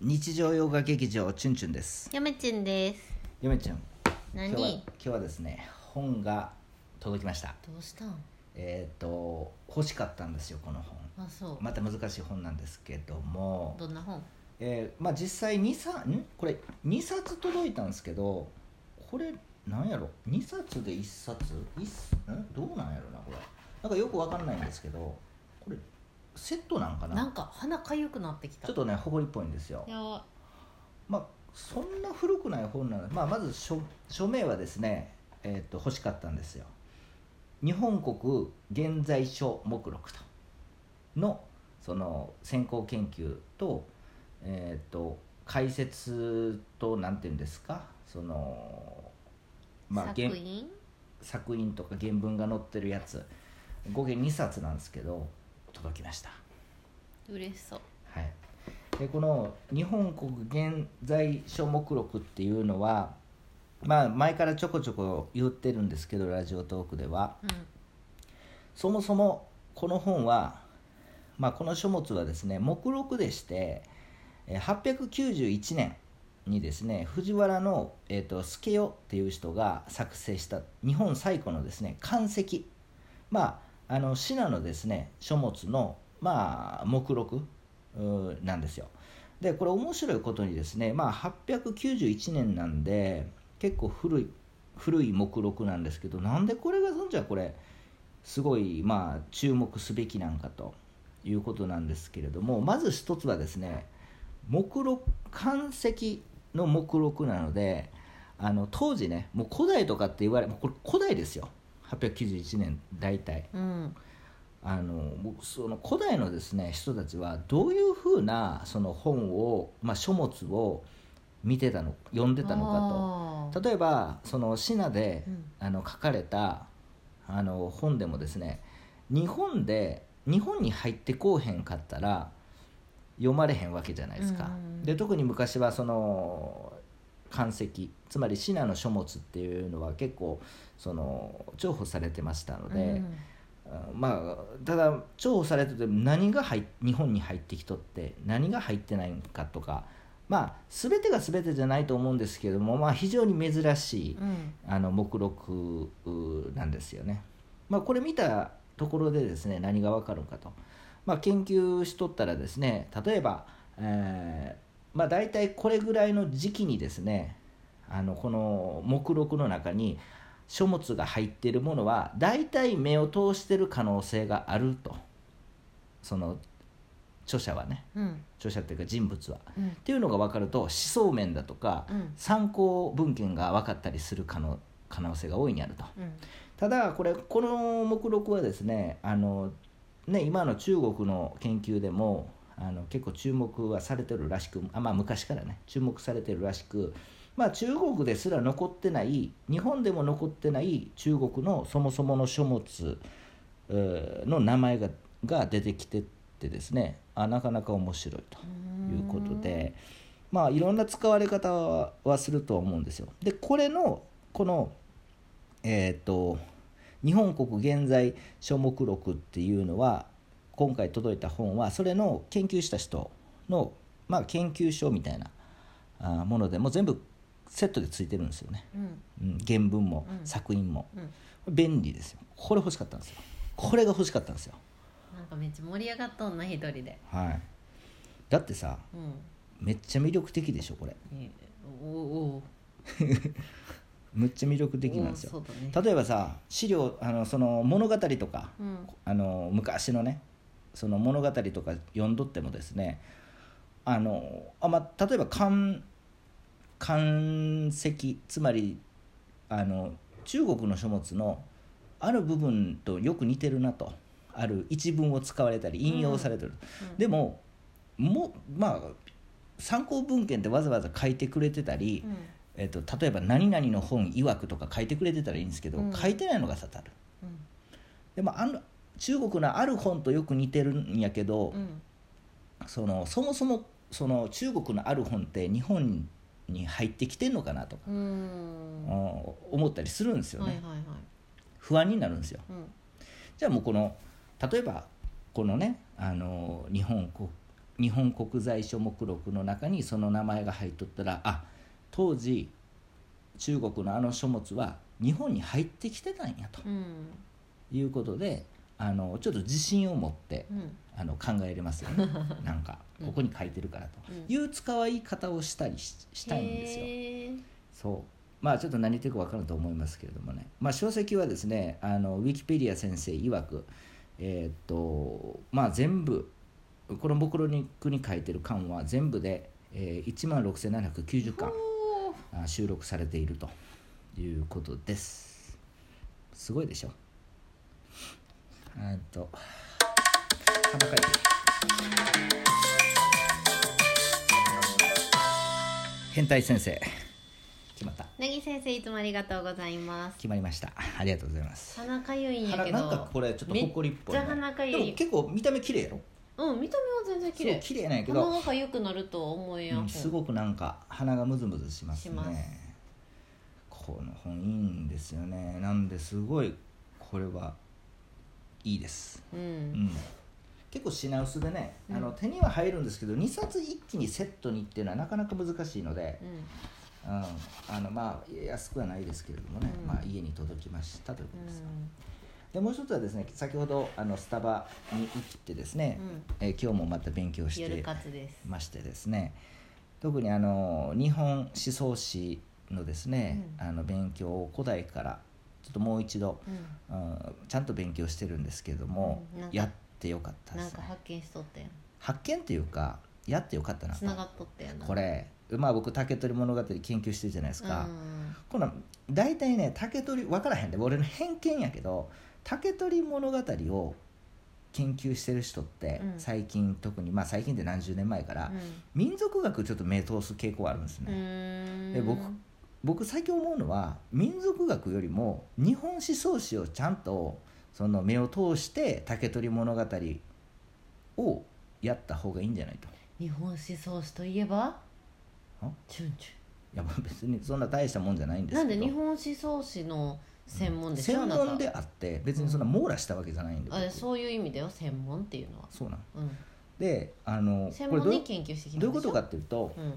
日常洋画劇場チュンチュンですやめちんですゆめちゃん何今日は今ど日はですね本が届きましたうしたんえっ、と欲しかったんですよこの本あそう、また難しい本なんですけども、どんな本えーまあ実際2冊んこれ2冊届いたんですけどこれなんやろ2冊で1冊一冊んどうなんやろなこれなんかよくわかんないんですけどこれセットなんかななんか鼻かゆくなってきたちょっとねほこりっぽいんですよやばまあ、そんな古くない本なので、まあ、まず書書名はですね、えー、と欲しかったんですよ「日本国現在書目録と」のその先行研究と,、えー、と解説となんていうんですかその、まあ、原作品作品とか原文が載ってるやつ合計2冊なんですけど届きました。嬉しそうはい、でこの「日本国現在書目録」っていうのは、まあ、前からちょこちょこ言ってるんですけどラジオトークではうそもそもこの本は、まあ、この書物はですね目録でしてえー891年にですね藤原の、えー、と助代っていう人が作成した日本最古のですね漢石まああの信濃ですね書物のまあ目録うーなんですよでこれ面白いことにですねまあ891年なんで結構古い古い目録なんですけどなんでこれがそんじゃこれすごいまあ注目すべきなんかということなんですけれどもまず一つはですね目録漢石の目録なのであの当時ねもう古代とかって言われもうこれ古代ですよ891年大体んうんあの僕その古代のですね人たちはどういうふうなその本を、まあ、書物を見てたの読んでたののかと例えばそのシナでうんあの書かれたあの本でもですね日本で日本に入ってこうへんかったら読まれへんわけじゃないですか。うんうんうんで特に昔はその漢石つまりシナの書物っていうのは結構その重宝されてましたので。うんあまあただ重宝されてて何が入っ日本に入ってきとって何が入ってないんかとかまあ全てが全てじゃないと思うんですけども、まあ、非常に珍しいうんあの目録うなんですよね。まあ、これ見たところでですね何がわかるかと、まあ、研究しとったらですね例えば、えーまあ、大体これぐらいの時期にですねあのこの目録の中に書物が入っているものは大体目を通してる可能性があるとその著者はねうん著者っていうか人物は。っうんていうのが分かると思想面だとか、うん参考文献が分かったりする可能可能性が大いにあるとうんただこれこの目録はですねあのね今の中国の研究でもあの結構注目はされてるらしくあまあ昔からね注目されてるらしくまあ中国ですら残ってない日本でも残ってない中国のそもそもの書物えーの名前がが出てきてってですねあなかなか面白いと。ということでまあいろんな使われ方ははするとは思うんですよ。でこれのこのえっ、と「日本国現在書目録」っていうのは今回届いた本はそれの研究した人の、まあ、研究書みたいなあーものでもう全部セットでついてるんですよね、うんうん、原文もうん作品も、うん便利ですよこれ欲しかったんですよこれが欲しかったんですよ、なんかめっちゃ盛り上がっとんな一人ではい、だってさうんめっちゃ魅力的でしょこれえおおめっちゃ魅力的なんですおよそうだね例えばさ資料あのその物語とかうんあの昔のねその物語とか読んどってもですねあのあ、まあ、例えば漢漢石つまりあの中国の書物のある部分とよく似てるなとある一文を使われたり引用されてる、うんでももまあ参考文献ってわざわざ書いてくれてたり、うんえっと例えば「何々の本曰く」とか書いてくれてたらいいんですけど、うん書いてないのが刺さるうんでもあの中国のある本とよく似てるんやけど、うんそのそもそもその中国のある本って日本に入ってきてんのかなとか、うーんうん思ったりするんですよね、はいはいはい不安になるんですようんじゃあもうこの例えばこのねあの日本国日本国財書目録の中にその名前が入っとったらあ当時中国のあの書物は日本に入ってきてたんやとうんいうことであのちょっと自信を持ってうんあの考えれます よねなんかうんここに書いてるからとうんいう使い方をしたりししたいんですよ。へーそうまあちょっと何言ってるか分からんと思いますけれどもね、まあ、書籍はですねあのウィキペディア先生曰くえーっとまあ全部この目録に書いてる巻は全部で、えー、1万6790巻おーあ収録されているということですすごいでしょえーっと鼻かいて変態先生決まったなぎ先生いつもありがとうございます決まりましたありがとうございます鼻かゆいんや鼻けどなんかこれちょっとほこりっぽい、ね、めっちゃ鼻かゆいでも結構見た目綺麗やろうん見た目は全然綺そう麗綺麗なんやけど鼻がゆくなるとは思えやん、うんすごくなんか鼻がムズムズしますねしますこの本いいんですよねなんですごいこれはいいです、ううんん、結構品薄でね、うんあの手には入るんですけど2冊一気にセットにっていうのはなかなか難しいのでう、んうん、あのまあ安くはないですけれどもね、うんまあ、家に届きましたということです、うんでもう一つはですね先ほどあのスタバに行ってですね、うんえー今日もまた勉強して夜活ですましてですね特にあの日本思想史のですね、あの勉強を古代からちょっともう一度、うんうんちゃんと勉強してるんですけれども、うんなんかやってよかったでなんす、かね、発見しとったやん発見というかやってよかったなとつながっとったやんなこれまあ僕竹取物語研究してるじゃないですか、うんこの大体ね竹取分からへんで俺の偏見やけど竹取物語を研究してる人って、うん最近特にまあ最近って何十年前から、う民族学ちょっと目通す傾向あるんですね、んで僕僕最近思うのは民族学よりも日本思想史をちゃんとその目を通して竹取物語をやった方がいいんじゃないと日本思想史といえばあチュンチいやまあ別にそんな大したもんじゃないんュンですけなどんで日本思想史の専門でしょ、専あなた門であって別にそんな網羅したわけじゃないんで、あ僕そういう意味だよ専門っていうのは、そうなんうであのん、専これどう門いにう研究してきたんでしょどういうことかっていうと、うん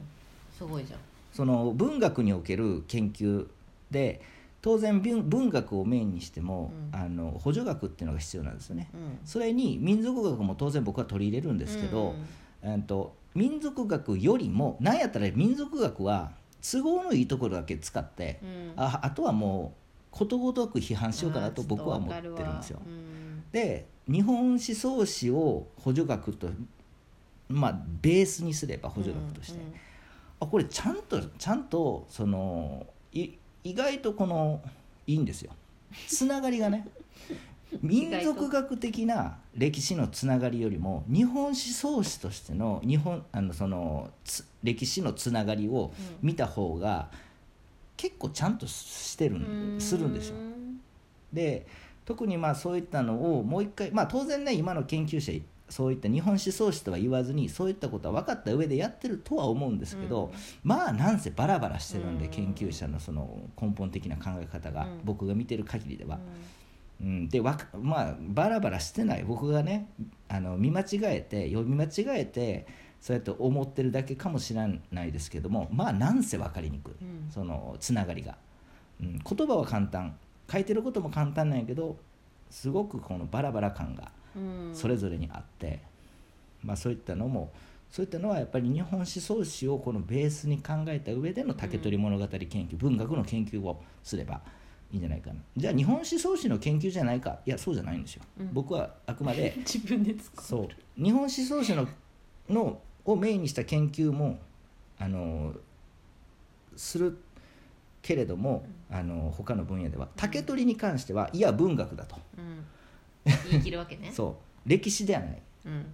すごいじゃんその文学における研究で当然文文学をメインにしても、うんあの補助学っていうのが必要なんですよね。うんそれに民族学も当然僕は取り入れるんですけど、えっと民族学よりも何やったら民族学は都合のいいところだけ使って、うんうんああとはもうことごとく批判しようかなとあーちょ僕は思っわてかるんわですよ。うんで日本思想史を補助学とまあベースにすれば補助学として、うんあこれちゃんとちゃんとそのい意外とこのいいんですよつながりが ね民族学的な歴史のつながりよりも日本思想史としての日本あのそのつ歴史のつながりをうん見た方が結構ちゃんとしてるうんんするんですよ。で特にまあそういったのをもう一回まあ当然ね今の研究者そういった日本思想史とは言わずにそういったことは分かった上でやってるとは思うんですけど、まあなんせバラバラしてるんで、うん研究者のその根本的な考え方が、うん僕が見てる限りでうんは、うん、でわかまあバラバラしてない僕がねあの見間違えて読み間違えてそうやって思ってるだけかもしれないですけどもまあなんせ分かりにくい。うんそのつながりが、うん、言葉は簡単書いてることも簡単なんやけどすごくこのバラバラ感がうんそれぞれにあって、まあそういったのもそういったのはやっぱり日本思想史をこのベースに考えた上での竹取物語研究、文学の研究をすればいいんじゃないかなじゃあ日本思想史の研究じゃないかいやそうじゃないんですよ、うん僕はあくま で 自分で作そう日本思想史ののをメインにした研究もあのするけれどもあの他の分野では竹取に関してはいや文学だと、うん、言い切るわけ ねそう歴史ではないうん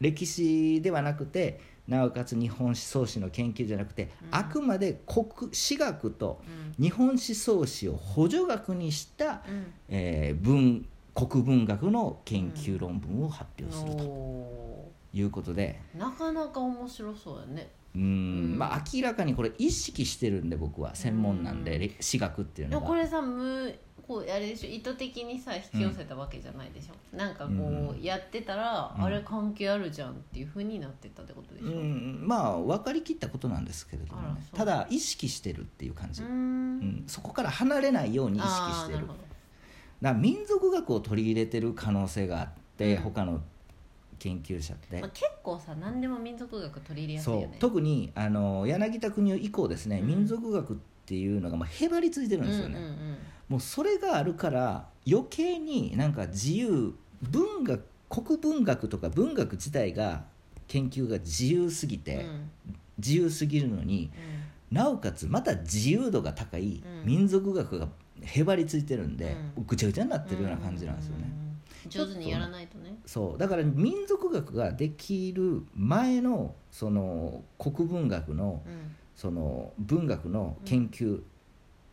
歴史ではなくてなおかつ日本思想史の研究じゃなくて、うんあくまで国史学とうん日本思想史を補助学にした、うんえー文国文学の研究論文を発表するとおいうことで。ーなかなか面白そうやねうーうんんまあ明らかにこれ意識してるんで僕は専門なんで、うん歴史学っていうでのもこがれさむこうあれでしょ意図的にさ引き寄せたわけじゃないでしょ、なんかこううやってたら、うんあれ関係あるじゃんっていうふうになってったってことでしう、ょ、うんまあ分かりきったことなんですけれども、あらねそ、うただ意識してるっていう感じ、ーうんんそこから離れないように意識しあーてなるるほどだから民族学を取り入れてる可能性があって、うん他の研究者って、まあ、結構さ何でも民族学取り入れやすいよそねう特にあの柳田国男以降ですね、うん民族学っていうのがまあへばりついてるんですよね、もうそれがあるから余計になんか自由文学国文学とか文学自体が研究が自由すぎて、うんうんうん自由すぎるのにうんなおかつまた自由度が高いうん民族学がへばりついてるんで、うぐちゃぐちゃになってるような感じなんですよね。うんうんうん上手にやらないとねそうだから民族学ができる前のその国文学のうんその文学の研究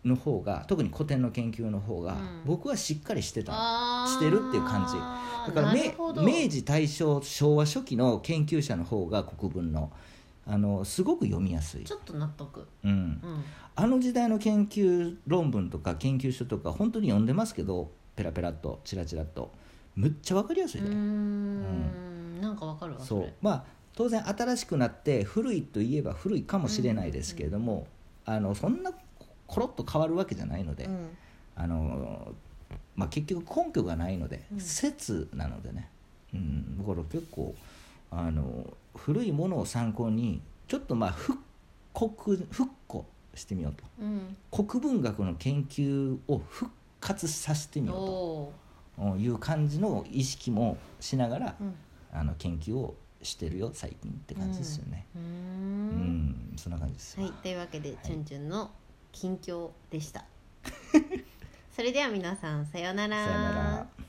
の方が、特に古典の研究の方が、うん僕はしっかりしてたあーしてるっていう感じだからなるほど明明治大正昭和初期の研究者の方が国文のあのすごく読みやすいち、ょっと納得うん、うんあの時代の研究論文とか研究書とか本当に読んでますけどペラペラっとチラチラっとむっちゃわかりやすういで、ーんなんかわかるわそそうれまあ当然新しくなって古いといえば古いかもしれないですけれども、あのそんなコロッと変わるわけじゃないので、うんあのまあ、結局根拠がないので、うん説なのでね、うん、だから結構あの古いものを参考にちょっとまあ復刻復古してみようとうん国文学の研究を復活させてみよおーうという感じの意識もしながらうんあの研究をしてるよ最近って感じですよね。うーうんん、そんな感じですわ。はい、というわけで、チュンチュンの 近況でした。それでは皆さん、さようなさよなら。